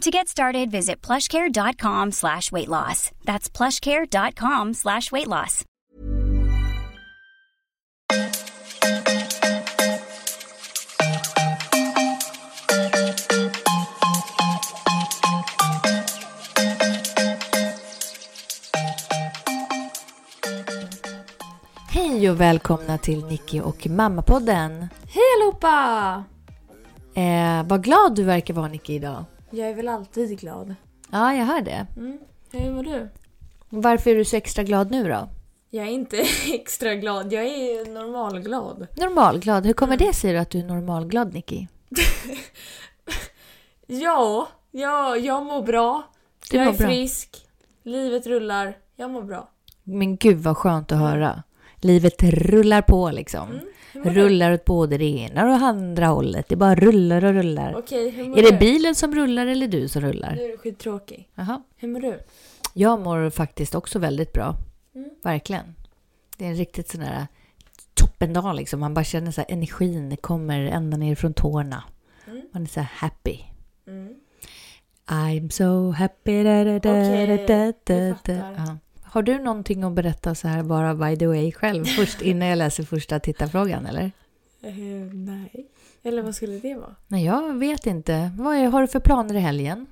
To get started, visit plushcare.com slash weight loss. That's plushcare.com slash weight loss. Hej och välkomna till Nicky och Mamma-podden. Hej allihopa! Eh, vad glad du verkar vara Nicky idag. Jag är väl alltid glad. Ja, jag hör det. Hur mår du? Varför är du så extra glad nu då? Jag är inte extra glad, jag är normalglad. Normalglad. Hur kommer Mm. det sig då att du är normalglad Nicky? Ja, ja jag mår bra. Du jag mår är bra. frisk. Livet rullar. Jag mår bra. Men gud vad skönt att höra. Livet rullar på liksom. Mm. mår du? Rullar åt både det ena och det andra hållet. Det bara rullar och rullar. Okej, hur mår Är du? det bilen som rullar eller du som rullar? Nu är du skittråkig. Jaha. Hur mår du? Jag mår faktiskt också väldigt bra. Mm. Verkligen. Det är en riktigt sån där toppendag liksom. Man bara känner så här, energin kommer ända ner från tårna. Mm. Man är så här happy. I'm so happy. Da, da, da, Okej, da, da, jag da. fattar. Ja. Har du någonting att berätta så här bara by the way själv först innan jag läser första tittarfrågan eller? Eh, nej. Eller vad skulle det vara? Nej, jag vet inte. Vad är, har du för planer i helgen?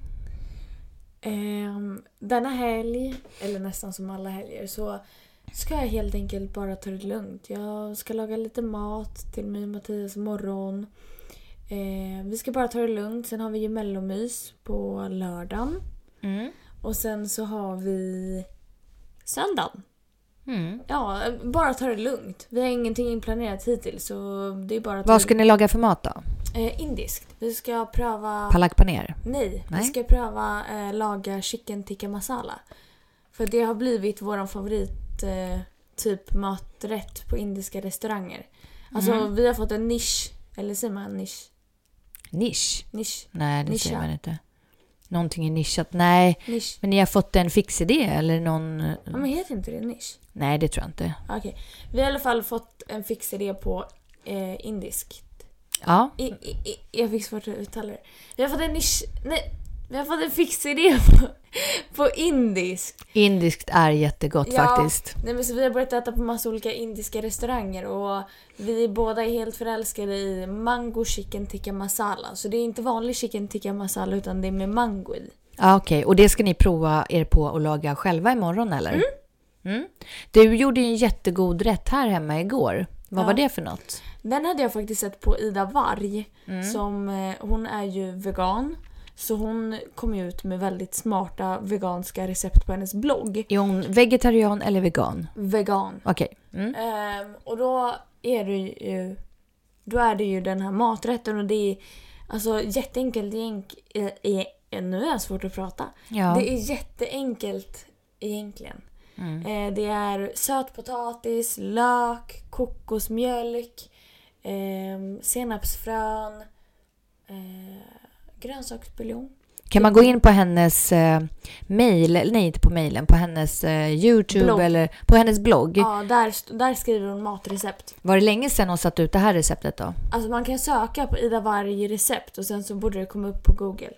Ehm, denna helg, eller nästan som alla helger, så ska jag helt enkelt bara ta det lugnt. Jag ska laga lite mat till mig och Mattias imorgon. Ehm, vi ska bara ta det lugnt. Sen har vi ju mellomys på lördagen. Mm. Och sen så har vi söndagen. Mm. Ja, bara ta det lugnt. Vi har ingenting inplanerat hittills så det är bara att ta Vad ska ni laga för mat då? det eh, indiskt. Vi ska pröva... Palak paneer? Nej, Nej. vi ska pröva eh, laga chicken tikka masala. För det har blivit vår favorit eh, typ maträtt på indiska restauranger. Alltså vi har fått en nisch, eller säger man nisch? Nisch? Nisch? Nej, det säger Nischa. man inte. Någonting är nischat. Nej, Nisch? men ni har fått en fixidé eller någon... Ja men heter inte det nisch? Ah, Nej, det tror jag inte. Okej. Vi har i alla fall fått en fixidé på eh, indiskt. Ja, I, i, i, jag fick svårt att uttala det. Vi har fått en nisch... Nej! Vi har fått en fixidé på, på indisk. indiskt är jättegott faktiskt. Nej, men så vi har börjat äta på massa olika indiska restauranger och vi båda är helt förälskade i mango chicken tikka masala. Så det är inte vanlig chicken tikka masala utan det är med mango i. Ja, okej. Och det ska ni prova er på att laga själva imorgon eller? Mm. Du gjorde ju en jättegod rätt här hemma igår. Vad var det för något? Den hade jag faktiskt sett på Ida Varg. Som, eh, hon är ju vegan. Så hon kom ju ut med väldigt smarta veganska recept på hennes blogg. Är hon vegetarian eller vegan? Vegan. Okej. Mm. Ehm, och då är det ju då är det ju den här maträtten och det är alltså jätteenkelt egent- eh, eh, nu är det svårt att prata. Ja. Det är jätteenkelt egentligen. Eh, det är sötpotatis, lök, kokosmjölk, ehm, senapsfrön, eh, grönsaksbuljong. Kan man gå in på hennes eh, mail, eller nej inte på mailen, på hennes eh, Youtube Blogg. eller på hennes blogg. Ja, där, st- där skriver hon matrecept. Var det länge sedan hon satte ut det här receptet då? Alltså man kan söka på Ida Varg recept och sen så borde det komma upp på Google.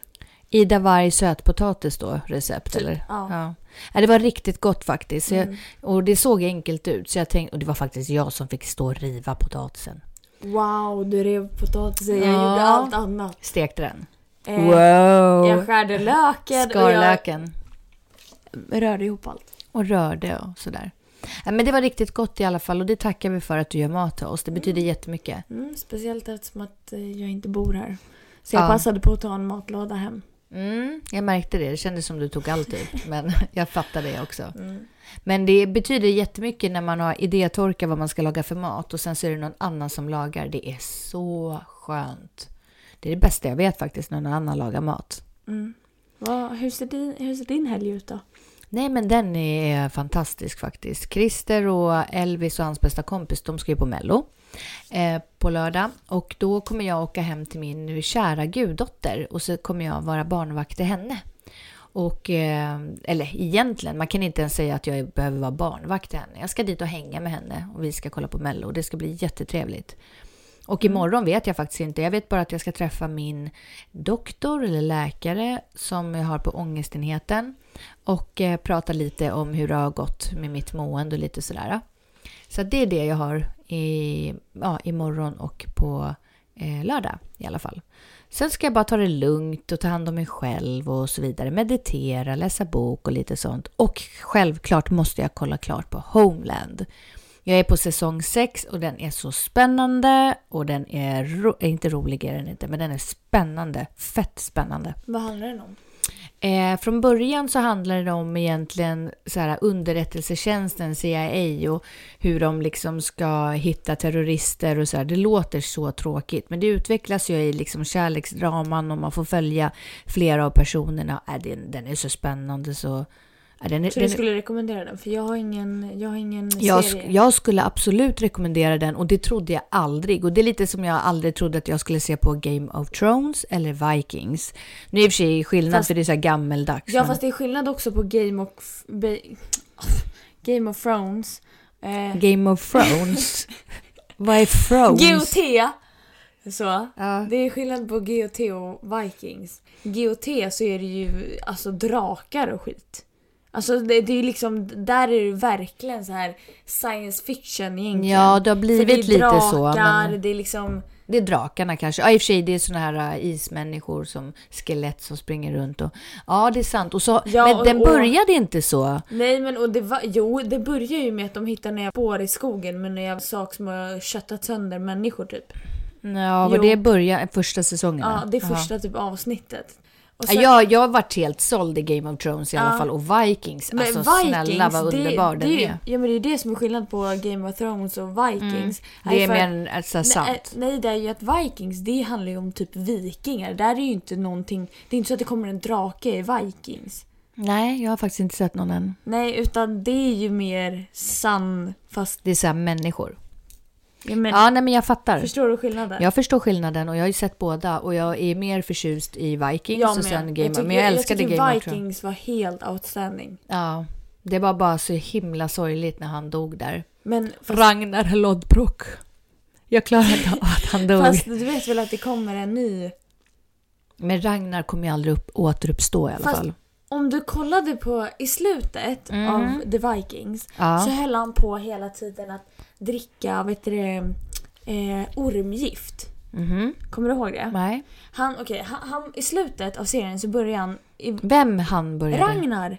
Ida Warg sötpotatis då, recept eller? Typ, ja. Mm. Ja, Det var riktigt gott faktiskt. Så jag, och det såg enkelt ut. Så jag tänkte, och det var faktiskt jag som fick stå och riva potatisen. Wow, du rev potatisen. Jag Ja. gjorde allt annat. Stekte den. Eh, Jag wow! skärde löken och jag Skarlöken. rörde ihop allt. Och rörde och sådär. Ja, Men det var riktigt gott i alla fall och det tackar vi för att du gör mat till oss. Det betyder jättemycket. Mm, speciellt eftersom att eh, jag inte bor här. Så jag Ja. passade på att ta en matlåda hem. Mm, jag märkte det. Det kändes som du tog allt typ. Men jag fattar det också. Men det betyder jättemycket när man har idétorka vad man ska laga för mat och sen så är det någon annan som lagar. Det är så skönt. Det är det bästa jag vet faktiskt, när någon annan lagar mat. Vad- hur, ser din, hur ser din helg ut då? Nej men den är fantastisk faktiskt. Christer och Elvis och hans bästa kompis, de ska ju på Mello eh, på lördag. Och då kommer jag åka hem till min nu kära guddotter och så kommer jag vara barnvakt till henne. Och, eh, eller egentligen, man kan inte ens säga att jag behöver vara barnvakt till henne. Jag ska dit och hänga med henne och vi ska kolla på Mello och det ska bli jättetrevligt. Och imorgon vet jag faktiskt inte. Jag vet bara att jag ska träffa min doktor eller läkare som jag har på ångestenheten och eh, prata lite om hur det har gått med mitt mående och lite sådär. Så det är det jag har i, ja, imorgon och på eh, lördag i alla fall. Sen ska jag bara ta det lugnt och ta hand om mig själv och så vidare. Meditera, läsa bok och lite sånt. Och självklart måste jag kolla klart på Homeland. Jag är på säsong 6 och den är så spännande och den är, ro- eh, inte rolig är den inte, men den är spännande. Fett spännande. Vad handlar den om? Eh, från början så handlar det om egentligen så här, underrättelsetjänsten CIA och hur de liksom ska hitta terrorister och så här. Det låter så tråkigt men det utvecklas ju i liksom kärleksdraman och man får följa flera av personerna. Äh, den, den är så spännande så... Äh, den är, Så den du är- skulle rekommendera den? För jag har ingen, jag har ingen jag, sk- serie. jag skulle absolut rekommendera den och det trodde jag aldrig. Och det är lite som jag aldrig trodde att jag skulle se på Game of Thrones eller Vikings. Nu är det i och för sig skillnad Fast- för det är så här gammeldags. Ja men- fast det är skillnad också på Game of... Be- Game of Thrones. Eh, Game of Thrones. Vad är Thrones? GOT! Så. Ja. Det är skillnad på GOT och Vikings. GOT så är det ju alltså drakar och skit. Alltså det, det är ju liksom, där är det verkligen så här science fiction egentligen. Ja, det har För blivit är lite drakar, så, men- Det är liksom, Det är drakarna kanske. Ja, i och för sig, det är såna här äh, ismänniskor som skelett som springer runt och... Ja, det är sant. Och så... Ja, Men och- den och- började inte så. nej men och det var, jo det börjar ju med att de hittar några spår i skogen med några sak som har köttat sönder människor typ. Ja, var Jo. det början, första säsongen? Ja, va? det är första typ avsnittet. Och Ja. sen- Jag, jag har varit helt såld i Game of Thrones i alla Ja. fall. Och Vikings, Men alltså Vikings, snälla vad underbar det, den det, är är. ju- Ja men det är ju det som är skillnad på Game of Thrones och Vikings. Mm. Det är för- mer än alltså, Nej, sant. eh, nej det är ju att Vikings det handlar ju om typ vikingar. Där är ju inte någonting, det är inte så att det kommer en drake i Vikings. Nej, jag har faktiskt inte sett någon än. Nej utan det är ju mer sann fast... Det är så här människor. Ja, men, Ja, nej men jag fattar. Förstår du skillnaden? Jag förstår skillnaden och jag har ju sett båda och jag är mer förtjust i Vikings Jag och med. sen Game of tycker- Men jag älskade tycker Game of Thrones. Vikings var helt outstanding. Ja, det var bara så himla sorgligt när han dog där. Men fast, Ragnar Lodbrok. Jag klarar inte av att han dog. fast du vet väl att det kommer en ny Men Ragnar kommer ju aldrig upp, återuppstå i alla Fast- fall. Mm. Om du kollade på i slutet av The Vikings Ja. så höll han på hela tiden att dricka vet du, det, eh, ormgift. Mhm. Kommer du ihåg det? Nej. Han, okay, han, han, I slutet av serien så börjar han... I, Vem han började? Ragnar!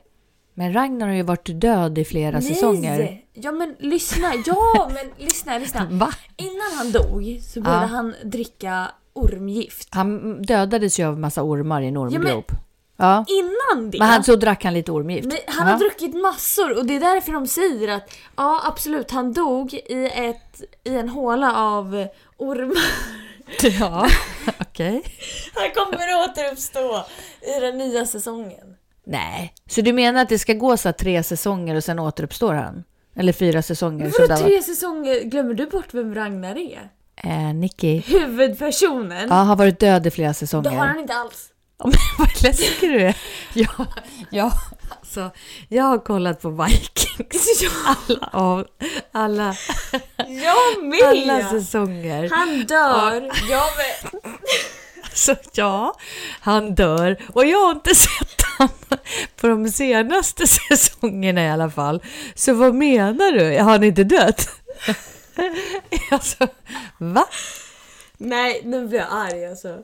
Men Ragnar har ju varit död i flera säsonger. Nej! Ja men lyssna, ja men lyssna, lyssna. Va? Innan han dog så började Ja. han dricka ormgift. Han dödades ju av massa ormar i en ormgrop. Ja, Innan det! men han, så drack han lite ormgift. Nej, han Ja. har druckit massor och det är därför de säger att ja absolut han dog i, ett, i en håla av ormar. Ja, okej. Han kommer återuppstå i den nya säsongen. Nej, så du menar att det ska gå så här tre säsonger och sen återuppstår han? Eller fyra säsonger? som Vadå det tre säsonger? Glömmer du bort vem Ragnar är? var- Eh, Nicky. Huvudpersonen? Ja, har varit död i flera Det har säsonger. han inte alls. Ja, men vad läskig du är. Jag, jag, alltså, jag har kollat på Vikings. Alla, av- alla, Jag alla med! säsonger. Han dör! Jag med. Så ja, han dör. Och jag har inte sett han på de senaste säsongerna i alla fall. Så vad menar du? Har han inte dött? Alltså, va? Nej, nu blir jag arg alltså.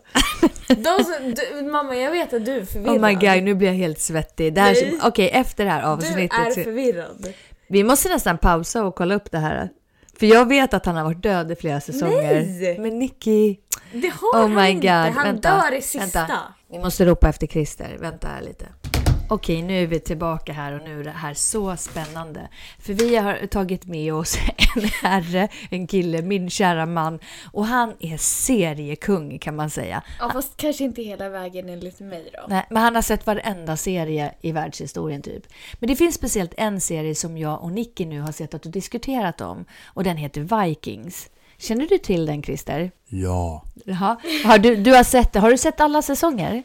De som, du, mamma, jag vet att du är förvirrad. Oh my god, nu blir jag helt svettig. Det här, Nej. Okej, efter det här Du avsnittet. är så- förvirrad. Vi måste nästan pausa och kolla upp det här. För jag vet att han har varit död i flera säsonger. Nej! Men Nicky... Det har Oh han my inte. god. Han vänta, dör i sista. Vänta. Vi måste ropa efter Christer. Vänta här lite. Okej, nu är vi tillbaka här och nu är det här så spännande. För vi har tagit med oss en herre, en kille, min kära man. Och han är seriekung kan man säga. Ja, fast kanske inte hela vägen enligt mig då. Nej, men han har sett varenda serie i världshistorien typ. Men det finns speciellt en serie som jag och Nicky nu har sett att och diskuterat om. Och den heter Vikings. Känner du till den Christer? Ja, Jaha. Har du, du har, sett, har du sett alla säsonger?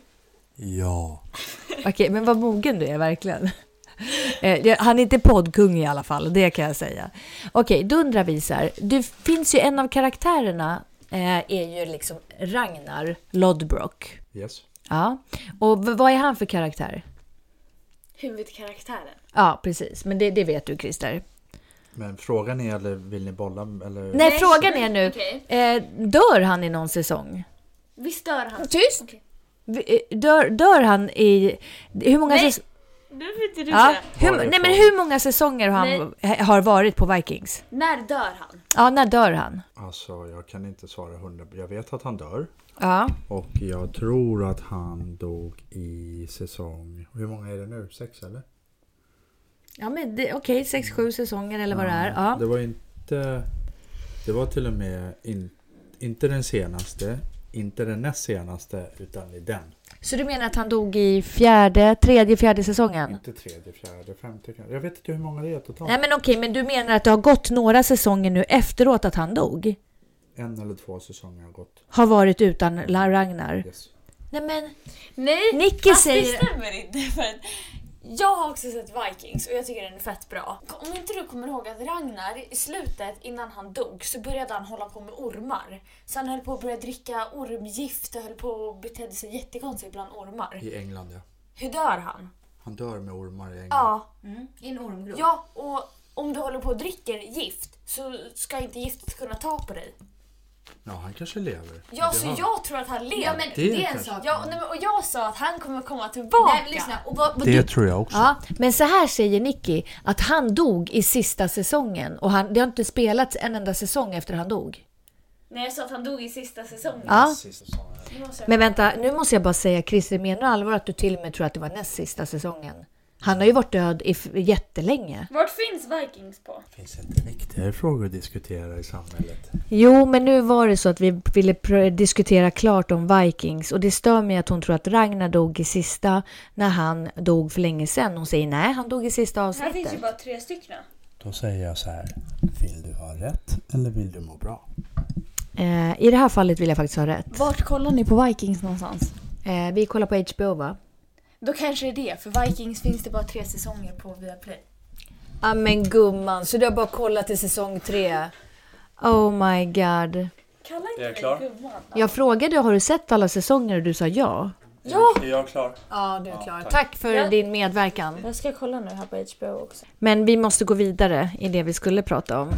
ja. Okej, men vad mogen du är verkligen. Eh, jag- Han är inte poddkung i alla fall, det kan jag säga. Okej, då undrar vi så här. Det finns ju en av karaktärerna eh, är ju liksom Ragnar Lodbrok. Yes. Ja, och v- vad är han för karaktär? Huvudkaraktären. Ja, precis. Men det, det vet du, Christer. Nej, Men frågan är, eller vill ni bolla? Eller? frågan är nu. okej. Eh, dör han i någon säsong? Visst dör han? Tyst! Dör, dör han i... Hur många säs- Nu får inte du ja, säga. hur, Var det nej, men frågan? hur många säsonger har han har varit på Vikings? När dör han? Ja, när dör han? Alltså, jag kan inte svara hundra. Jag vet att han dör. Ja. Och jag tror att han dog i säsong... Hur många är det nu? Sex eller? Ja, men det, okej, sex, sju säsonger eller vad det är. Ja. Det var inte... Det var till och med in, inte den senaste, inte den näst senaste, utan i den. Så du menar att han dog i fjärde, tredje, fjärde säsongen? Inte tredje, fjärde, femte kanske. Jag vet inte hur många det är totalt. Nej, men okej, men du menar att det har gått några säsonger nu efteråt att han dog? En eller två säsonger har gått. Har varit utan La- Ragnar? Yes. Nej, men... Nej, Nicky fast säger- det stämmer inte. För att jag har också sett Vikings och jag tycker den är fett bra. Om inte du kommer ihåg att Ragnar i slutet innan han dog så började han hålla på med ormar. Så han höll på att börja dricka ormgift och höll på och betedde sig jättekonstigt bland ormar. I England ja. Hur dör han? Han dör med ormar i England. Ja, Mm, I en ormgrop. ja och om du håller på och dricker gift så ska inte giftet kunna ta på dig. Ja, han kanske lever. Ja, Det så har- jag tror att han lever. Ja men Det det, är är en kanske- sak. Ja, och, nej, men- och jag sa att han kommer komma tillbaka. Nej men lyssna. Och vad, vad Det du, tror jag också. Ja, men så här säger Nicky att han dog i sista säsongen och han, det har inte spelats en enda säsong efter han dog. nej jag sa att han dog i sista säsongen. Ja, Nu måste jag- men vänta, nu måste jag bara säga Christer, menar du allvar att du till och med tror att det var näst sista säsongen? Han har ju varit död i f- jättelänge. Vart finns Vikings på? Det finns inte viktigare frågor att diskutera i samhället. Jo, men nu var det så att vi ville pr- diskutera klart om Vikings och det stör mig att hon tror att Ragnar dog i sista när han dog för länge sedan. Hon säger nej, han dog i sista Här finns ju avsnittet. bara tre stycken. Då säger jag så här. Vill du ha rätt eller vill du må bra? Eh, I det här fallet vill jag faktiskt ha rätt. Vart kollar ni på Vikings någonstans? Eh, vi kollar på HBO va? Då kanske det är det, för Vikings finns det bara tre säsonger på Viaplay. Ja Ah, men gumman, så du har bara kollat till säsong tre? Oh my god. Kalla inte mig gumman. Jag frågade har du sett alla säsonger och du sa ja. Är jag klar? Ja, du är klar. Tack, för din medverkan. Jag ska kolla nu här på HBO också. Men vi måste gå vidare i det vi skulle prata om.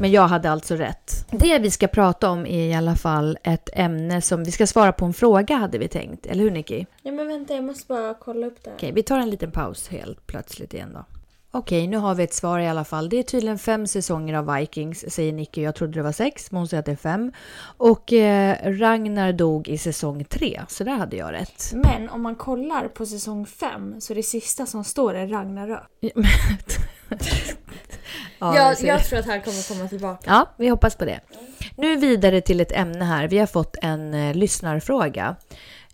Men jag hade alltså rätt. Det vi ska prata om är i alla fall ett ämne som vi ska svara på en fråga hade vi tänkt. Eller hur Nicky? Ja men vänta, jag måste bara kolla upp det här. Okej, vi tar en liten paus helt plötsligt igen då. Okej, nu har vi ett svar i alla fall. Det är tydligen fem säsonger av Vikings, säger Nicky. Jag trodde det var sex, men hon säger att det är fem. Och eh, Ragnar dog i säsong tre, så där hade jag rätt. Men om man kollar på säsong 5 så det sista som står är Ragnarök. ja, jag ser det. tror att han kommer komma tillbaka. Ja, vi hoppas på det. Nu vidare till ett ämne här. Vi har fått en eh, lyssnarfråga.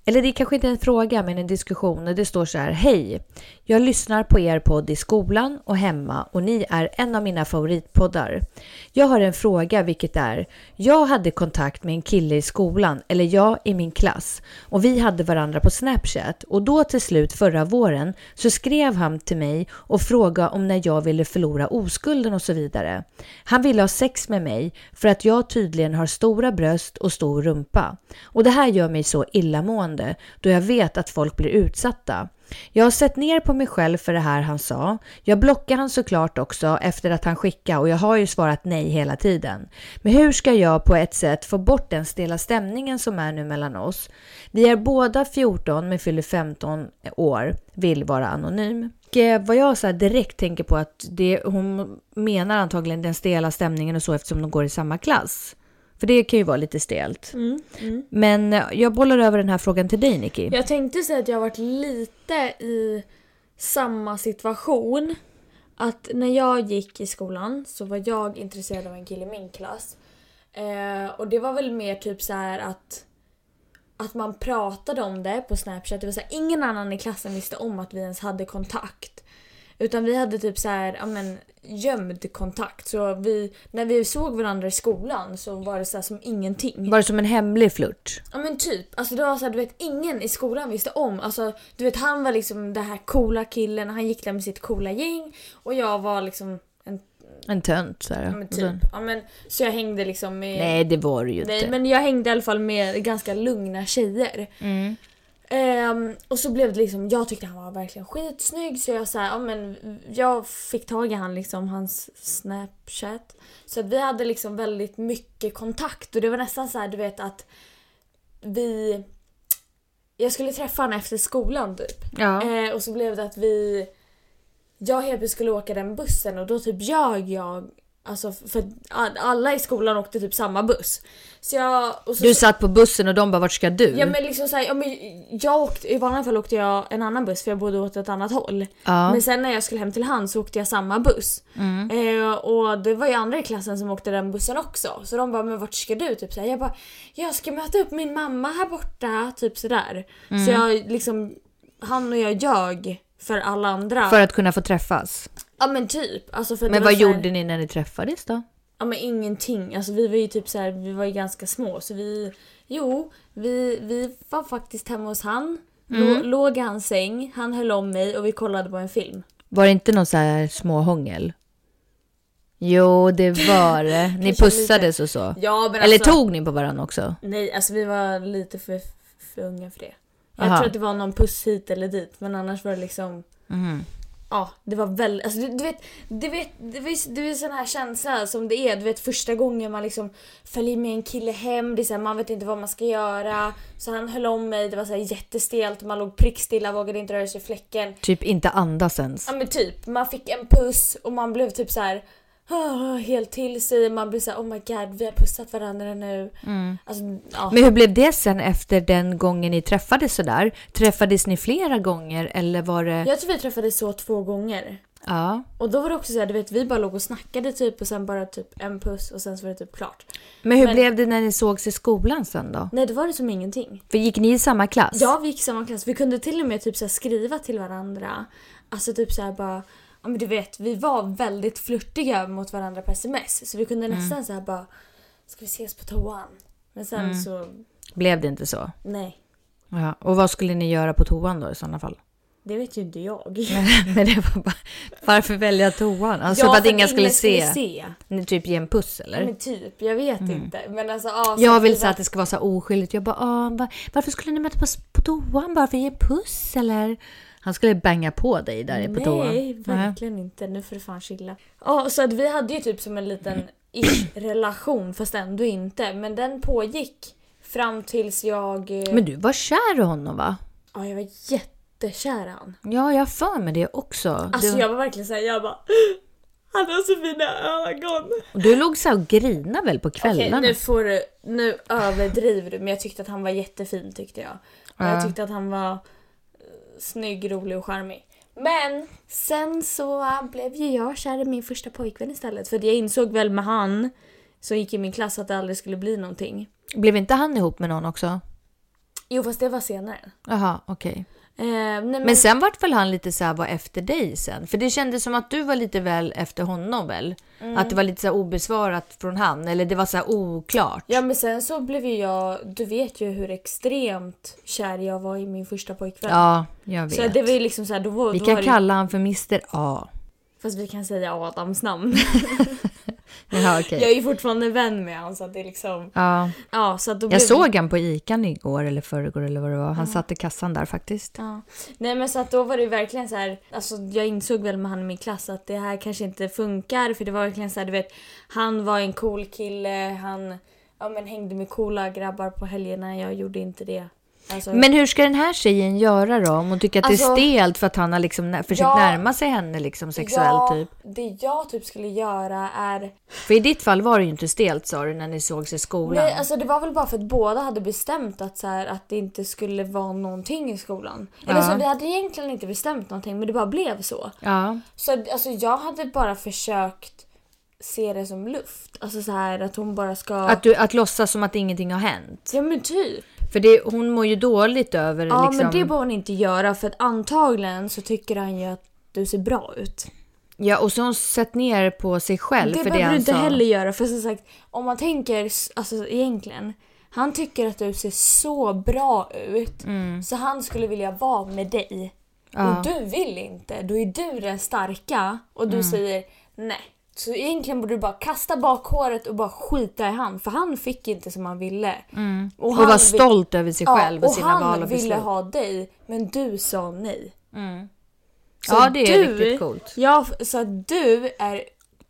Eller det är kanske inte en fråga men en diskussion och det står så här. Hej! Jag lyssnar på er podd i skolan och hemma och ni är en av mina favoritpoddar. Jag har en fråga vilket är. Jag hade kontakt med en kille i skolan, eller jag i min klass och vi hade varandra på Snapchat och då till slut förra våren så skrev han till mig och frågade om när jag ville förlora oskulden och så vidare. Han ville ha sex med mig för att jag tydligen har stora bröst och stor rumpa. Och det här gör mig så illamående då jag vet att folk blir utsatta. Jag har sett ner på mig själv för det här han sa. Jag blockar han såklart också efter att han skickade och jag har ju svarat nej hela tiden. Men hur ska jag på ett sätt få bort den stela stämningen som är nu mellan oss? Vi är båda 14 men fyller 15 år, vill vara anonym. Och eh, vad jag så här direkt tänker på att det, hon menar antagligen den stela stämningen och så eftersom de går i samma klass. För det kan ju vara lite stelt. Men eh, jag bollar över den här frågan till dig Nicky. Jag tänkte säga att jag har varit lite i samma situation. Att när jag gick i skolan så var jag intresserad av en kille i min klass. Eh, och det var väl mer typ så här att att man pratade om det på Snapchat. Det var så här, ingen annan i klassen visste om att vi ens hade kontakt. Utan vi hade typ så här, ja men gömd kontakt. Så vi, när vi såg varandra i skolan så var det så här som ingenting. Var det som en hemlig flört? Ja men typ. Alltså det var så här, du vet ingen i skolan visste om. Alltså du vet han var liksom den här coola killen, han gick där med sitt coola gäng och jag var liksom en, En tönt så här. ja, men typ. Ja, men, så jag hängde liksom med... Nej, det var det ju Nej, inte. men jag hängde i alla fall med ganska lugna tjejer. Mm. Ehm, och så blev det liksom, jag tyckte han var verkligen skitsnygg så jag så här, ja, men jag fick tag i han liksom, hans snapchat. Så att vi hade liksom väldigt mycket kontakt och det var nästan så här du vet att vi... Jag skulle träffa honom efter skolan typ. Ja. Eh, och så blev det att vi... Jag och Hebe skulle åka den bussen och då typ ljög jag. Alltså f- för att a- alla i skolan åkte typ samma buss. Så jag... Och så, Du satt på bussen och de bara vart ska du? Ja men liksom såhär, ja, men jag åkte, i vanliga fall åkte jag en annan buss för jag bodde åt ett annat håll. Ja. Mm. Men sen när jag skulle hem till han så åkte jag samma buss. Eh, och det var ju andra i klassen som åkte den bussen också. Så de bara, men vart ska du? Typ såhär. Jag bara, jag ska möta upp min mamma här borta. Typ sådär. Mm. Så jag liksom, han och jag ljög för alla andra. För att kunna få träffas. Ja men typ. Alltså för att Men det var vad såhär- gjorde ni när ni träffades då? Ja men ingenting. Alltså vi var ju typ så här, vi var ju ganska små så vi... Jo, vi, vi var faktiskt hemma hos han. Lå, låg i hans säng, han höll om mig och vi kollade på en film. Var det inte någon så här småhångel? Jo, det var det. Ni Kanske pussades och så. Ja men alltså- Eller tog ni på varandra också? Nej, alltså vi var lite för, för unga för det. Jag Aha. tror att det var någon puss hit eller dit men annars var det liksom... Mhm. Ja, det var väldigt... Alltså, du, du vet, du vet, du vet, du vet sån här känsla som det är. Du vet första gången man liksom följer med en kille hem. Det är så här, man vet inte vad man ska göra. Så han höll om mig. Det var så här jättestelt. Man låg prickstilla, vågade inte röra sig i fläcken. Typ inte andas ens. Ja men typ, man fick en puss och man blev typ så här "Ah", helt till sig. Man blev så här, oh my god, vi har pussat varandra nu. Alltså, ja. Mm. Men hur blev det sen efter den gången ni träffades sådär? Träffades ni flera gånger eller var det... Jag tror vi träffades så två gånger. Ja. Och då var det också så här, du vet vi bara låg och snackade typ och sen bara typ en puss och sen så var det typ klart. Men hur Men- blev det när ni sågs i skolan sen då? Nej det var det som ingenting. För gick ni i samma klass? Ja vi gick i samma klass, vi kunde till och med typ så här skriva till varandra. Alltså typ så här bara, ja men du vet vi var väldigt flörtiga mot varandra på sms. Så vi kunde Mm. nästan så här bara, ska vi ses på toan? Men sen Mm. så, Blev det inte så? nej. Ja. Och vad skulle ni göra på toan då i sådana fall? Det vet ju inte jag. Men det var bara, varför välja toan? Alltså Ja, för att för ingen skulle se. se. Ni typ ge en puss eller? Mm. Men typ, jag vet inte. Men alltså, ja, så jag vi vill säga var- att det ska vara så här oskyldigt. Jag bara, ah, va- varför skulle ni möta på, s- på toan bara för att ge en puss eller? Han skulle banga på dig där på toan. Nej, verkligen inte. Nu får du fan chilla. Ja, så att vi hade ju typ som en liten ish relation fast ändå inte. Men den pågick fram tills jag... eh, Men du var kär i honom va? Ja, jag var jättekär i han. Ja, jag har för mig det också. Alltså du, jag var verkligen såhär, jag bara... Han har så fina ögon. du låg så här och grinade väl på Okej, kvällarna? nu får du... Nu överdriver du. Men jag tyckte att han var jättefin tyckte jag. Och jag Ja. tyckte att han var eh, snygg, rolig och charmig. Men sen så blev ju jag kär i min första pojkvän istället. För att jag insåg väl med han som gick i min klass att det aldrig skulle bli någonting. Blev inte han ihop med någon också? Jo fast det var senare. Jaha, okej. Eh, nej, men, Men sen vart väl han lite så här var efter dig sen? För det kändes som att du var lite väl efter honom väl? Att det var lite så här obesvarat från han eller det var så här oklart. Ja men sen så blev ju jag, du vet ju hur extremt kär jag var i min första pojkvän. Ja, jag vet. så det var ju liksom så här, då var, Vi då kan var det- kalla han för Mr A. Fast vi kan säga Adams namn. Jaha, okej. jag är ju fortfarande vän med honom så att det är liksom, Ja. ja så att då blev Jag såg han på Ican igår eller förrgår eller vad det var. Han satt i kassan där faktiskt. Ja. Nej men så att då var det ju verkligen så här, alltså jag insåg väl med han i min klass att det här kanske inte funkar för det var verkligen så här, du vet, han var en cool kille, han ja, men hängde med coola grabbar på helgerna, jag gjorde inte det. Alltså, Men hur ska den här tjejen göra då? Om hon tycker att Alltså- det är stelt för att han har liksom nä- försökt Ja. närma sig henne liksom sexuellt jag, typ. Det jag typ skulle göra är För i ditt fall var det ju inte stelt sa du när ni sågs i skolan. Nej, alltså det var väl bara för att båda hade bestämt att, så här, att det inte skulle vara någonting i skolan. Eller så, Ja. vi hade egentligen inte bestämt någonting men det bara blev så. Ja. Så att, alltså, jag hade bara försökt se det som luft. Alltså så här att hon bara ska... Att, du, att låtsas som att ingenting har hänt. Ja men typ. För det, hon mår ju dåligt över Ja liksom. men det bör hon inte göra för att antagligen så tycker han ju att du ser bra ut. Ja, och så har hon sett ner på sig själv det för det behöver du han inte sa. heller göra för som sagt om man tänker, s- alltså egentligen. Han tycker att du ser så bra ut Mm. så han skulle vilja vara med dig. Och du vill inte, då är du den starka och Mm. du säger nej. Så egentligen borde du bara kasta bak håret och bara skita i han för han fick inte som han ville. Mm. Och, han var vill- stolt över sig själv och, och sina han val och ville beslut. Mm. ha dig men du sa nej. Så ja, det är du- riktigt coolt. Ja, f- så att du är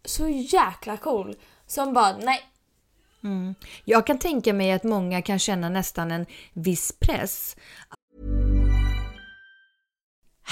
så jäkla cool som bara nej. Jag kan tänka mig att många kan känna nästan en viss press.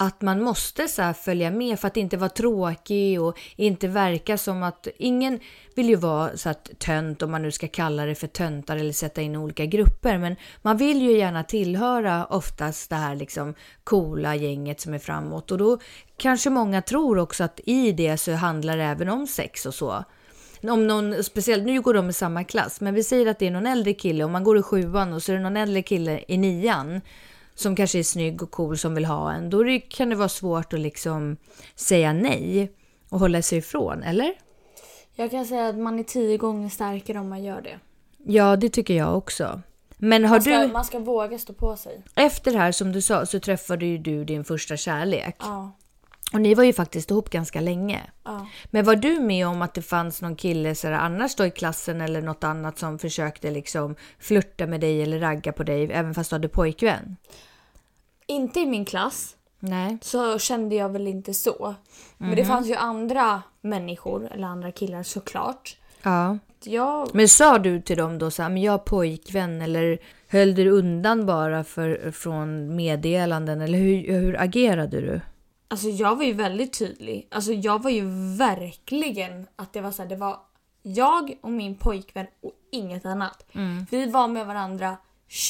Att man måste så här följa med för att inte vara tråkig och inte verka som att ingen vill ju vara så att tönt om man nu ska kalla det för töntar eller sätta in olika grupper. Men man vill ju gärna tillhöra oftast det här liksom coola gänget som är framåt och då kanske många tror också att i det så handlar det även om sex och så. Om någon speciellt, nu går de i samma klass, men vi säger att det är någon äldre kille, om man går i sjuan och så är det någon äldre kille i nian som kanske är snygg och cool som vill ha en, då är det- kan det vara svårt att liksom säga nej och hålla sig ifrån, eller? Jag kan säga att man är tio gånger starkare om man gör det. Ja, det tycker jag också. Men har Alltså, man, ska, du, man ska våga stå på sig. efter det här som du sa så träffade ju du din första kärlek. Ja. Och ni var ju faktiskt ihop ganska länge. ja. Men var du med om att det fanns någon kille så där, annars då i klassen eller något annat som försökte liksom flirta med dig eller ragga på dig även fast du hade pojkvän? Inte i min klass. Nej. Så kände jag väl inte så. Men det Mhm. fanns ju andra människor, eller andra killar såklart. Ja. Jag... Men sa du till dem då så här, men jag har pojkvän eller höll du undan bara för, från meddelanden eller hur, hur agerade du? Alltså jag var ju väldigt tydlig. Alltså jag var ju verkligen att det var så här, det var jag och min pojkvän och inget annat. Mm. Vi var med varandra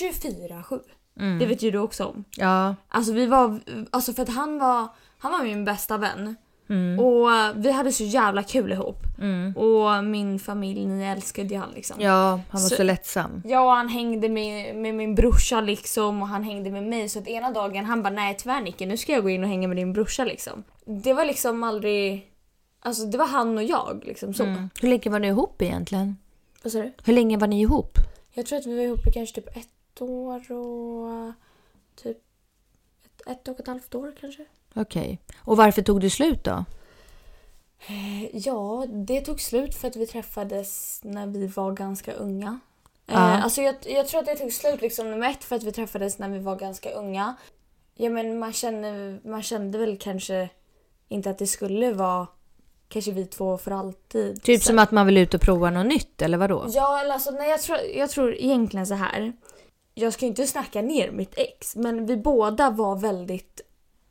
24-7. Mm. Det vet ju du också om. Ja. Alltså vi var, alltså för att han var, han var min bästa vän. Mm. Och vi hade så jävla kul ihop. Mm. Och min familj, ni älskade ju han liksom. Ja, han var så lättsam. Ja, och han hängde med, med min brorsa liksom och han hängde med mig. Så att ena dagen han bara nej tyvärr Nicke, nu ska jag gå in och hänga med din brorsa liksom. Det var liksom aldrig, alltså det var han och jag liksom så. Mm. Hur länge var ni ihop egentligen? Vad sa du? Hur länge var ni ihop? Jag tror att vi var ihop i kanske typ ett år och typ ett, ett och ett halvt år kanske. Okej. Och varför tog du slut då? Eh, Ja, det tog slut för att vi träffades när vi var ganska unga. Ja. Eh, alltså jag, jag tror att det tog slut liksom nummer ett för att vi träffades när vi var ganska unga. Ja men man kände, man kände väl kanske inte att det skulle vara kanske vi två för alltid. Typ Så- som att man vill ut och prova något nytt eller vadå? Ja, eller alltså, nej, jag, tror, jag tror egentligen så här. Jag ska ju inte snacka ner mitt ex, men vi båda var väldigt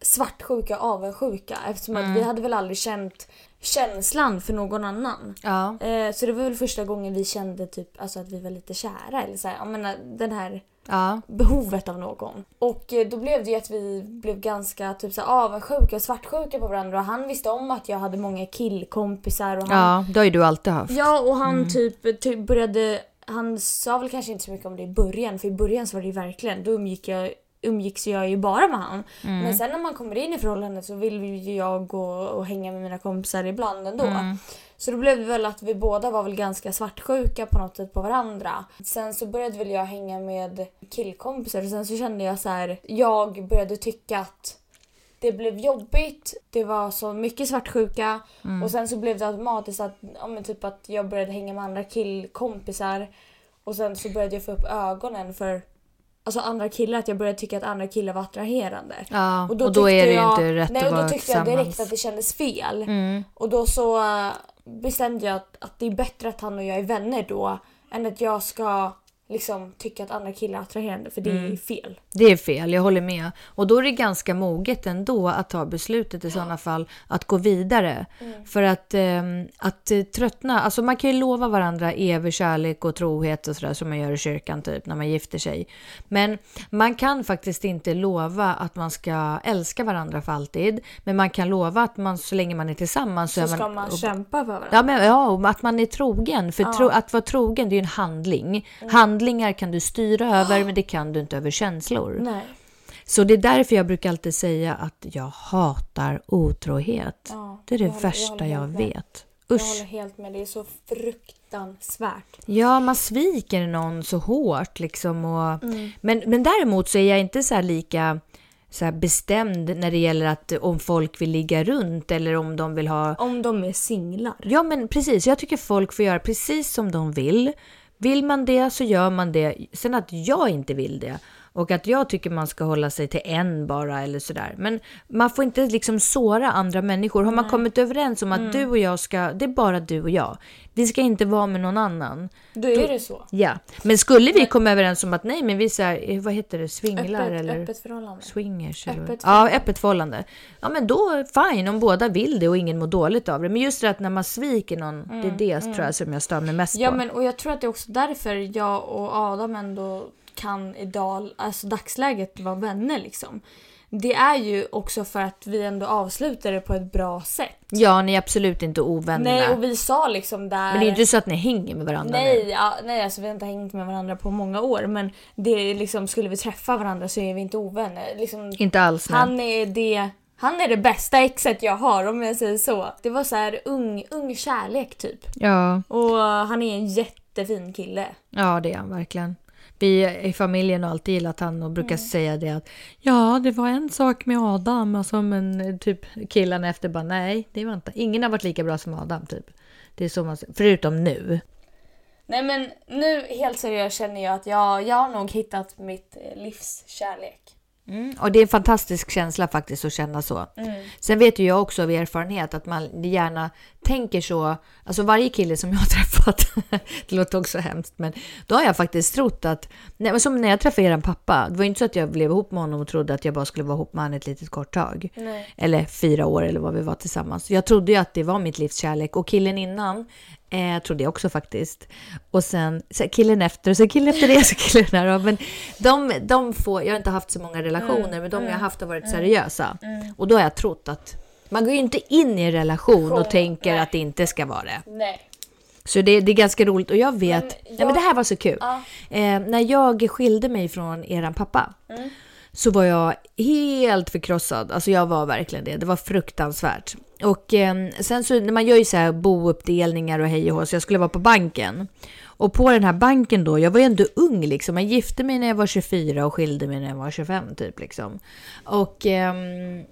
svartsjuka, avundsjuka eftersom Mm. att vi hade väl aldrig känt känslan för någon annan. Eh, så det var väl första gången vi kände typ alltså, att vi var lite kära eller så här, jag menar, den här Ja. behovet av någon. Och eh, då blev det ju att vi blev ganska typ så här, avundsjuka och svartsjuka på varandra och han visste om att jag hade många killkompisar och han Ja, det har ju du alltid haft. Ja, och han Mm. typ, typ började... Han sa väl kanske inte så mycket om det i början, för i början så var det ju verkligen... Då umgick jag, umgicks jag ju bara med han. Mm. Men sen när man kommer in i förhållandet så vill ju jag gå och hänga med mina kompisar ibland ändå. Mm. Så då blev det väl att vi båda var väl ganska svartsjuka på något sätt på varandra. Sen så började väl jag hänga med killkompisar och sen så kände jag så här, jag började tycka att det blev jobbigt, det var så mycket svartsjuka Mm. och sen så blev det automatiskt att, ja, men typ att jag började hänga med andra killkompisar och sen så började jag få upp ögonen för alltså andra killar, att jag började tycka att andra killar var attraherande. Ja, och då tyckte är det ju inte rätt nej, att och då vara tyckte jag direkt tillsammans. att det kändes fel. Mm. Och då så eh, bestämde jag att, att det är bättre att han och jag är vänner då än att jag ska liksom tycka att andra killar är attraherande för det är Mm. fel. Det är fel, jag håller med. Och då är det ganska moget ändå att ta beslutet i sådana fall att gå vidare. Mm. För att, ehm, att eh, tröttna, alltså man kan ju lova varandra evig kärlek och trohet och sådär som man gör i kyrkan typ när man gifter sig. Men man kan faktiskt inte lova att man ska älska varandra för alltid. Men man kan lova att man så länge man är tillsammans Så, är ska man kämpa för varandra. Ja, men, ja, och att man är trogen. För Ja. Mm. tro, att vara trogen, det är ju en handling. Handlingar kan du styra över, men det kan du inte över känslor. Nej. Så det är därför jag brukar alltid säga att jag hatar otrohet. Ja, det är det jag håller- jag värsta håller jag, helt med. vet. Jag Usch. håller helt med, det är så fruktansvärt. Ja, man sviker någon så hårt liksom. Och... Mm. Men, men däremot så är jag inte så här lika så här bestämd när det gäller att om folk vill ligga runt eller om de vill ha... Om de är singlar. Ja, men precis. Jag tycker folk får göra precis som de vill. Vill man det så gör man det. Sen att jag inte vill det och att jag tycker man ska hålla sig till en bara eller sådär. Men man får inte liksom såra andra människor. Har man kommit överens om att Mm. du och jag ska, det är bara du och jag. Vi ska inte vara med någon annan. Då är det så. Ja, men skulle vi komma överens om att nej, men vi så här, eh, vad heter det, swinglar Öppet, eller? öppet förhållande. Swingers eller? Öppet ja, öppet förhållande. Ja, men då fine om båda vill det och ingen mår dåligt av det. Men just det att när man sviker någon, det är Mm, det mm. tror jag som jag stör mig mest Ja, på. men och jag tror att det är också därför jag och Adam ändå kan i dag, alltså dagsläget vara vänner liksom. Det är ju också för att vi ändå avslutar det på ett bra sätt. Ja, ni är absolut inte ovänner. Nej, och vi sa liksom där... Men det är ju inte så att ni hänger med varandra nu. Nej, ja, nej alltså vi har inte hängt med varandra på många år men det är liksom, skulle vi träffa varandra så är vi inte ovänner. Liksom, Inte alls, nej. Han är det, han är det bästa exet jag har om jag säger så. Det var så här ung, ung kärlek typ. Ja. Och han är en jättefin kille. Ja, det är han verkligen. Vi i familjen har alltid gillat han och Mm. brukar säga det att ja, det var en sak med Adam, alltså, men eh, typ killarna efter bara nej, det var inte. Ingen har varit lika bra som Adam typ. Det är så man, förutom nu. Nej men nu helt seriöst känner jag att jag, jag har nog hittat mitt eh, livs kärlek. Mm, Och det är en fantastisk känsla faktiskt att känna så. Mm. Sen vet ju jag också av erfarenhet att man gärna tänker så, alltså varje kille som jag har träffat, det låter också hemskt, men då har jag faktiskt trott att, nej, men som när jag träffade er pappa, det var ju inte så att jag blev ihop med honom och trodde att jag bara skulle vara ihop med honom ett litet kort tag. Nej. Eller fyra år eller vad vi var tillsammans. Jag trodde ju att det var mitt livs kärlek och killen innan eh, trodde jag också faktiskt. Och sen, sen killen efter, sen killen efter det, så killen där. Ja, Men de, de få, jag har inte haft så många relationer, Mm, men de jag har mm, haft har varit mm. seriösa. Mm. Och då har jag trott att man går ju inte in i en relation och tänker att det inte ska vara det. Nej. Så det, det är ganska roligt och jag vet, Nej, men jag- det här var så kul. Ja. Eh, när jag skilde mig från eran pappa, Mm. så var jag helt förkrossad. Alltså jag var verkligen det. Det var fruktansvärt. Och eh, sen så, när man gör ju så här bouppdelningar och hej och hå, så jag skulle vara på banken. Och på den här banken då, jag var ju ändå ung liksom. Jag gifte mig när jag var 24 och skilde mig när jag var 25 typ liksom. Och... ehm,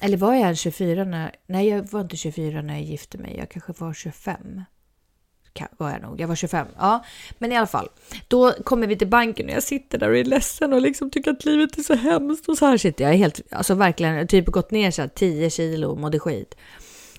eller var jag ens 24 när... Nej, jag var inte 24 när jag gifte mig. Jag kanske var 25 kan- var jag nog. Jag var 25. Ja, men i alla fall. Då kommer vi till banken och jag sitter där och är ledsen och liksom tycker att livet är så hemskt. Och så här sitter jag helt, alltså verkligen, typ gått ner så här 10 kilo och mådde skit.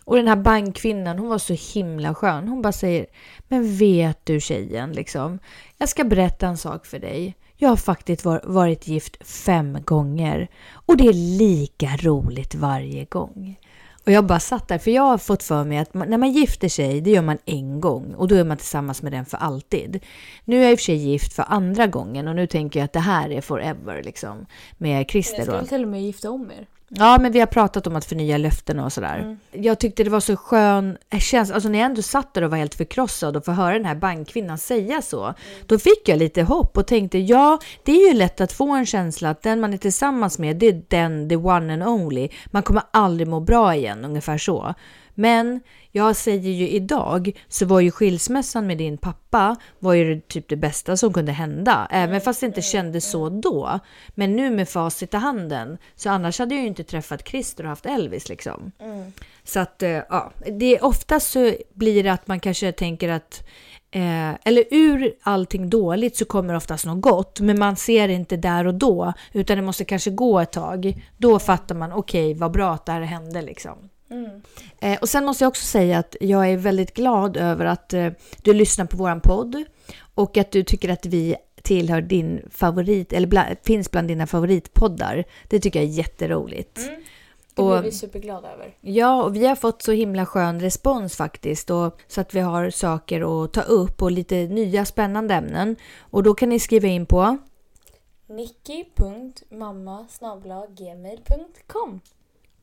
Och den här bankkvinnan, hon var så himla skön. Hon bara säger, men vet du tjejen liksom, jag ska berätta en sak för dig. Jag har faktiskt var- varit gift fem gånger och det är lika roligt varje gång. Och jag bara satt där, för jag har fått för mig att man, när man gifter sig, det gör man en gång och då är man tillsammans med den för alltid. Nu är jag i och för sig gift för andra gången och nu tänker jag att det här är forever liksom med Christer. Ni då. skulle till och med gifta om er. Ja, men vi har pratat om att förnya löften och sådär. Mm. Jag tyckte det var så skön känsla. Alltså när jag ändå satt där och var helt förkrossad och får höra den här bankkvinnan säga så, då fick jag lite hopp och tänkte ja, det är ju lätt att få en känsla att den man är tillsammans med, det är den, the one and only. Man kommer aldrig må bra igen, ungefär så. Men jag säger ju idag så var ju skilsmässan med din pappa var ju det- typ det bästa som kunde hända. Även fast det inte kändes så då. Men nu med facit i handen så annars hade jag ju inte träffat Christer och haft Elvis liksom. Så att eh, ja, det är oftast så blir det att man kanske tänker att eh, eller ur allting dåligt så kommer oftast något gott, men man ser det inte där och då, utan det måste kanske gå ett tag. Då fattar man, okej, vad bra att det här hände liksom. Mm. Eh, och sen måste jag också säga att jag är väldigt glad över att eh, du lyssnar på våran podd och att du tycker att vi tillhör din favorit, eller bla, finns bland dina favoritpoddar. Det tycker jag är jätteroligt. Det Och- blir vi superglada över. Mm. Ja, och vi har fått så himla skön respons faktiskt. Och, så att vi har saker att ta upp och lite nya spännande ämnen. Och då kan ni skriva in på... Nicky.mamma.gmail.com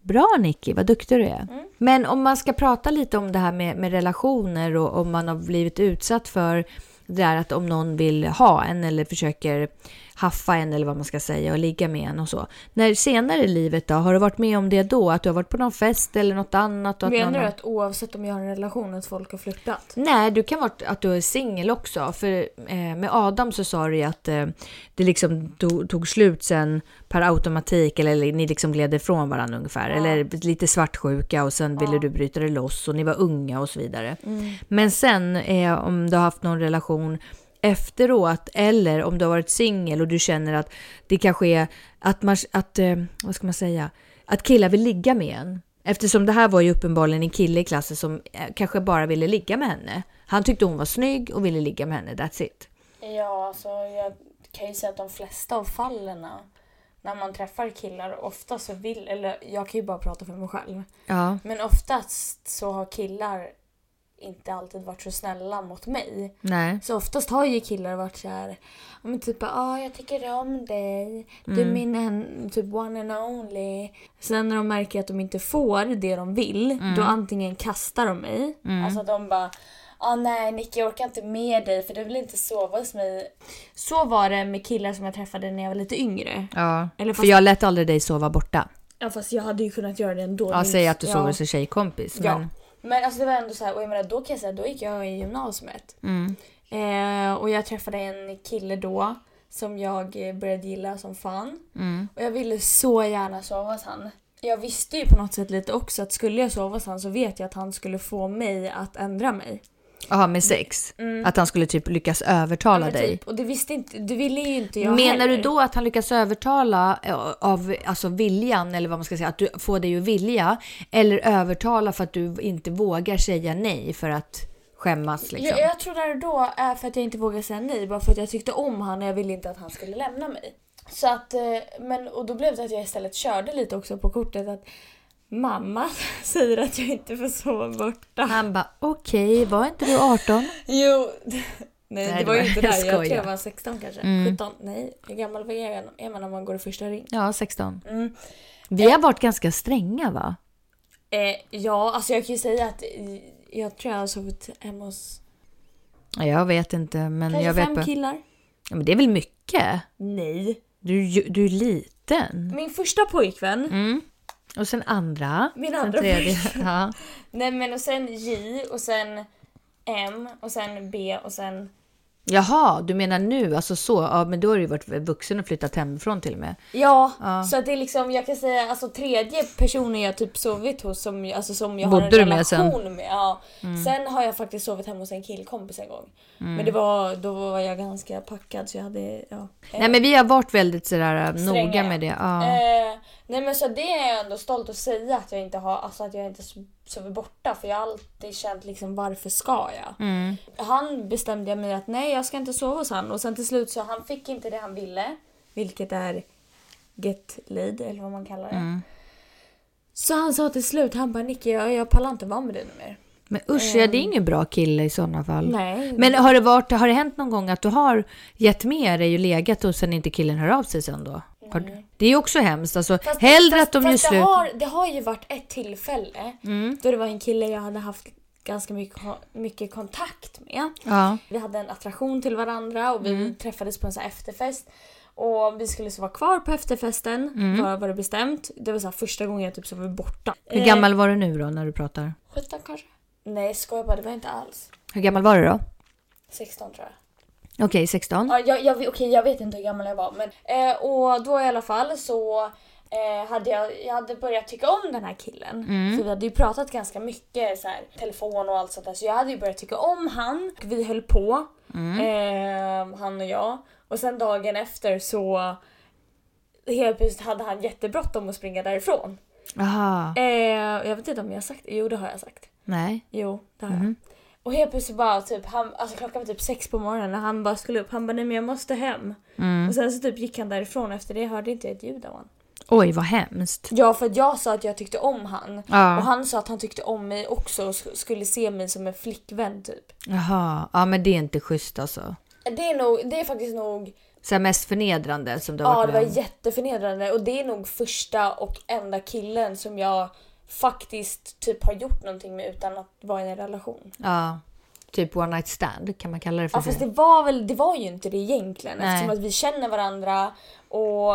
Bra Nicky, vad duktig du är. Mm. Men om man ska prata lite om det här med, med relationer och om man har blivit utsatt för det där att om någon vill ha en eller försöker haffa en eller vad man ska säga och ligga med en och så. När senare i livet då, har du varit med om det då? Att du har varit på någon fest eller något annat? Och att någon Menar du har... att oavsett om jag har en relation att folk har flyttat? Nej, du kan vara att du är singel också. För eh, med Adam så sa du ju att eh, det liksom tog, tog slut sen per automatik eller, eller ni liksom gled ifrån varandra ungefär. Eller lite svartsjuka och sen ville du bryta dig loss och ni var unga och så vidare. Men sen eh, om du har haft någon relation efteråt eller om du har varit singel och du känner att det kanske är att, man, att eh, vad ska man säga, att killar vill ligga med en. Eftersom det här var ju uppenbarligen en kille i klassen som eh, kanske bara ville ligga med henne. Han tyckte hon var snygg och ville ligga med henne, that's it. Ja, alltså jag kan ju säga att de flesta av fallen när man träffar killar ofta så vill, eller jag kan ju bara prata för mig själv. Ja. Men oftast så har killar inte alltid varit så snälla mot mig. Nej. Så oftast har ju killar varit så här, ja men typ ah jag tycker om dig, du är Mm. min en, typ one and only. Sen när de märker att de inte får det de vill, Mm. då antingen kastar de mig. Mm. Alltså de bara, ah nej Nicky jag orkar inte med dig för du vill inte sova hos mig. Så var det med killar som jag träffade när jag var lite yngre. Ja, Eller för fast- jag lät aldrig dig sova borta. Ja fast jag hade ju kunnat göra det ändå. Ja, Men- säg att du sover ja. hos en tjejkompis. Ja. Men, Men alltså det var ändå så här, och jag menar då kan jag säga, då gick jag i gymnasiet. mm. Eh, och jag träffade en kille då som jag eh, började gilla som fan. Mm. Och jag ville så gärna sova hos han. Jag visste ju på något sätt lite också att skulle jag sova hos han så vet jag att han skulle få mig att ändra mig. Aha, med sex? Mm. Att han skulle typ lyckas övertala Men dig? Typ, och det visste inte, det ville ju inte jag Menar heller. du då att han lyckas övertala eh, av alltså viljan eller vad man ska säga, att du får dig att vilja eller övertala för att du inte vågar säga nej för att skämmas liksom? Jag, jag tror där och då är för att jag inte vågade säga nej bara för att jag tyckte om han och jag ville inte att han skulle lämna mig. Så att, eh, men, och då blev det att jag istället körde lite också på kortet att mamma säger att jag inte får sova borta. Han bara okej, var inte du 18? Jo, nej, det var ju inte där. Jag skojar. tror jag var 16 kanske. Mm. 17, nej. Hur gammal var jag är man när man går i första ring? Ja, 16. Mm. Vi har varit ganska stränga va? Eh, ja, alltså jag kan ju säga att eh, jag tror jag har sovit hemma hos Ja, Jag vet inte men kanske jag vet fem bara- killar. Ja, men det är väl mycket? Nej. Du, är ju- du är liten. Min första pojkvän Mm. Och sen andra. Min sen andra tredje. pojkvän. Ja. Nej men och sen J och sen M och sen B och sen... Jaha, du menar nu, alltså så. Ja, men då har du ju varit vuxen och flyttat hemifrån till och med. Ja, Ja. så att det är liksom, jag kan säga alltså tredje personen jag typ sovit hos som, alltså, som jag har Bodde en du med relation sen? med. Ja. Mm. Sen har jag faktiskt sovit hemma hos en killkompis en gång. Mm. Men det var, då var jag ganska packad så jag hade... Ja, Nej men vi har varit väldigt sådär äh, Stränga, noga ja. med det. Ja. Eh, nej men så det är jag ändå stolt att säga att jag inte har, alltså att jag inte so- sover borta för jag har alltid känt liksom varför ska jag? Mm. Han bestämde jag mig att nej jag ska inte sova hos han och sen till slut så han fick inte det han ville. Vilket är get laid eller vad man kallar det. Mm. Så han sa till slut, han bara Nicky jag, jag pallar inte vara med dig nu mer. Men usch, ja, det är ingen bra kille i sådana fall. eh. Nej. Men har det, varit, har det hänt någon gång att du har gett med dig och legat och sen inte killen hör av sig sen då? Har du- Det är ju också hemskt. Alltså, hellre att de gör fast det, slut. har, det har ju varit ett tillfälle Mm. då det var en kille jag hade haft ganska mycket, mycket kontakt med. Ja. Vi hade en attraktion till varandra och vi Mm. träffades på en sån här efterfest. Och vi skulle så vara kvar på efterfesten, Mm. var, var det bestämt. Det var så här första gången jag typ sov borta. Hur gammal var du nu då när du pratar? Eh, 17 kanske? Nej skojar bara, det var jag inte alls. Hur gammal var du då? 16 tror jag. Okej, 16. Ja, jag, jag, okej, jag vet inte hur gammal jag var. Men, eh, och då i alla fall så eh, hade jag, jag hade börjat tycka om den här killen. Mm. För vi hade ju pratat ganska mycket så här, telefon och allt sånt där. Så jag hade ju börjat tycka om han. Och Vi höll på, Mm. eh, han och jag. Och sen dagen efter så helt plötsligt hade han jättebråttom att springa därifrån. Jaha. Eh, jag vet inte om jag har sagt det. Jo, det har jag sagt. Nej. Jo, det har jag. Mhm. Och helt plötsligt bara typ, han, alltså klockan var typ sex på morgonen när han bara skulle upp. Han bara nej men jag måste hem. Mm. Och sen så typ gick han därifrån efter det hörde inte jag ett ljud av honom. Oj, vad hemskt. Ja för att jag sa att jag tyckte om han. Ja. Och han sa att han tyckte om mig också och sk- skulle se mig som en flickvän typ. Jaha, ja men det är inte schysst alltså. Det är nog, det är faktiskt nog, Så här mest förnedrande som du har ja det varit med var om. jätteförnedrande och det är nog första och enda killen som jag faktiskt typ har gjort någonting med utan att vara i en relation. Ja, typ one night stand kan man kalla det för. Ja fast det... det var väl, det var ju inte det egentligen Nej. eftersom att vi känner varandra och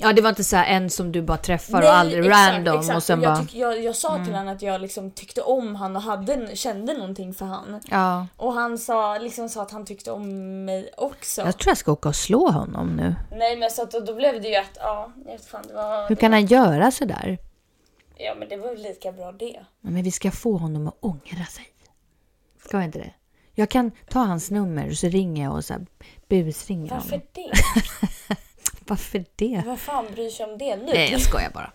Ja, det var inte så här en som du bara träffar Nej, och aldrig exakt, random exakt. och sen jag, bara... tyck- jag, jag sa till Mm. honom att jag liksom tyckte om han och hade, en- kände någonting för han. Ja. Och han sa, liksom sa att han tyckte om mig också. Jag tror jag ska åka och slå honom nu. Nej men så att, då- då blev det ju att, ja, jag vet fan det var... Hur kan han göra så där? Ja men det var ju lika bra det. Ja, Men vi ska få honom att ångra sig. Ska inte det? Jag kan ta hans nummer och så ringer jag och så här busringer Varför honom. det? Varför det? Vad fan bryr sig om det nu? Nej, jag skojar bara.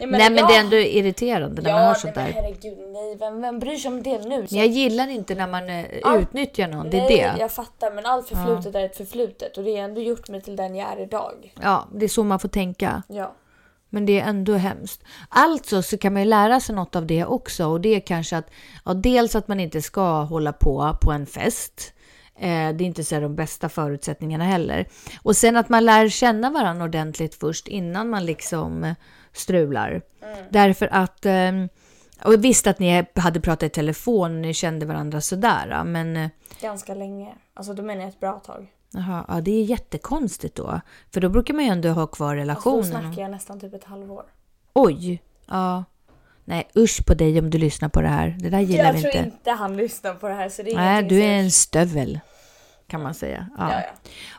Jag menar, Nej, men jag- det är ändå irriterande när ja, man hör sånt nej, där. men herregud, nej. Vem, vem bryr sig om det nu? Men jag gillar inte när man eh, Ja. utnyttjar någon, det är nej, det. jag fattar. Men allt Ja. förflutet är ett förflutet och det har ändå gjort mig till den jag är idag. Ja, det är så man får tänka. Ja. Men det är ändå hemskt. Alltså så kan man ju lära sig något av det också och det är kanske att ja, dels att man inte ska hålla på på en fest. Eh, det är inte så här de bästa förutsättningarna heller. Och sen att man lär känna varandra ordentligt först innan man liksom eh, strular. Därför att ehm, och visst att ni hade pratat i telefon och ni kände varandra sådär ja, men eh, Ganska länge. Alltså då menar jag ett bra tag. Alltså, Jaha, ja, det är jättekonstigt då. För då brukar man ju ändå ha kvar Alltså, då relationen. snackar jag nästan typ ett halvår. Oj! Ja. Nej, usch på dig om du lyssnar på det här. Det där gillar jag vi tror inte. inte han lyssnar på det här så det är Nej, ingenting du som- är en stövel. Kan man säga. Ja. Ja,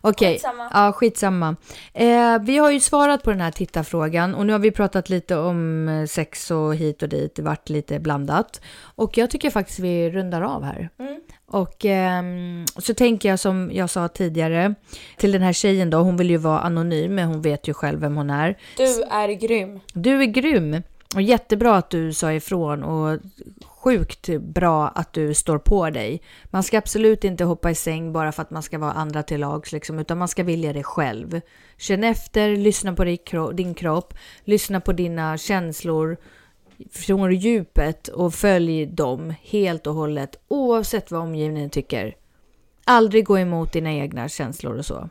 Okej, Skitsamma. ja, skitsamma. Eh, vi har ju svarat på den här tittarfrågan och nu har vi pratat lite om eh, sex och hit och dit. Det vart lite blandat. Och jag tycker faktiskt vi rundar av här. Mm. Och ehm, så tänker jag som jag sa tidigare till den här tjejen då. Hon vill ju vara anonym men hon vet ju själv vem hon är. Du är grym. Du är grym och jättebra att du sa ifrån och sjukt bra att du står på dig. Man ska absolut inte hoppa i säng bara för att man ska vara andra till lags liksom, utan man ska vilja det själv. Känn efter, lyssna på din kro- din kropp, lyssna på dina känslor från djupet och följ dem helt och hållet oavsett vad omgivningen tycker. Aldrig gå emot dina egna känslor och så.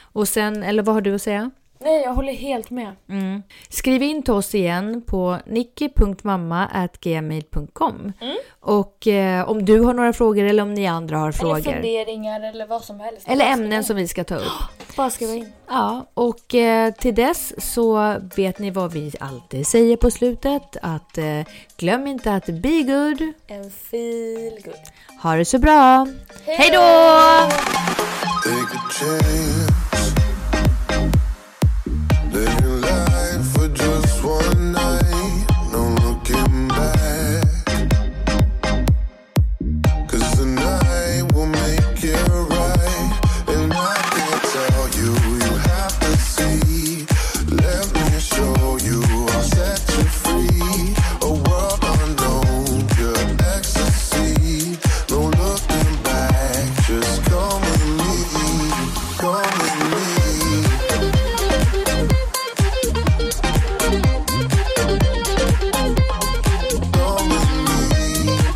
Och sen, eller vad har du att säga? Nej, jag håller helt med. Mm. Skriv in till oss igen på nicky.mamma.gmail.com Mm. Och eh, om du har några frågor eller om ni andra har Eller frågor. funderingar eller vad som helst. Alltså, Eller ämnen som vi ska ta upp. Bara skriva in. Ja, och eh, till dess så vet ni vad vi alltid säger på slutet. Att eh, glöm inte att be good. En feel good. Ha det så bra. Hej då! Take a chance. Living life for just one night. No looking back. 'Cause the night will make it right. And I can't tell you, you have to see. Let me show you, I'll set you free. A world unknown, pure ecstasy. No looking back, just come with me. Come with me. Come with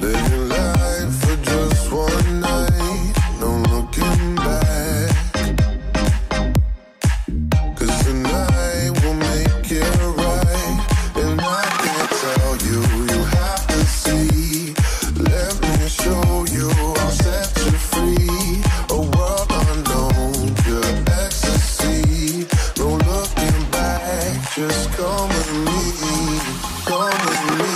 Living life for just one night, no looking back. 'Cause tonight will make it right, and I can't tell you, you have to see. Let me show you, I'll set you free. A world unknown, pure ecstasy. No looking back, just come with me, come with me.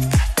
Come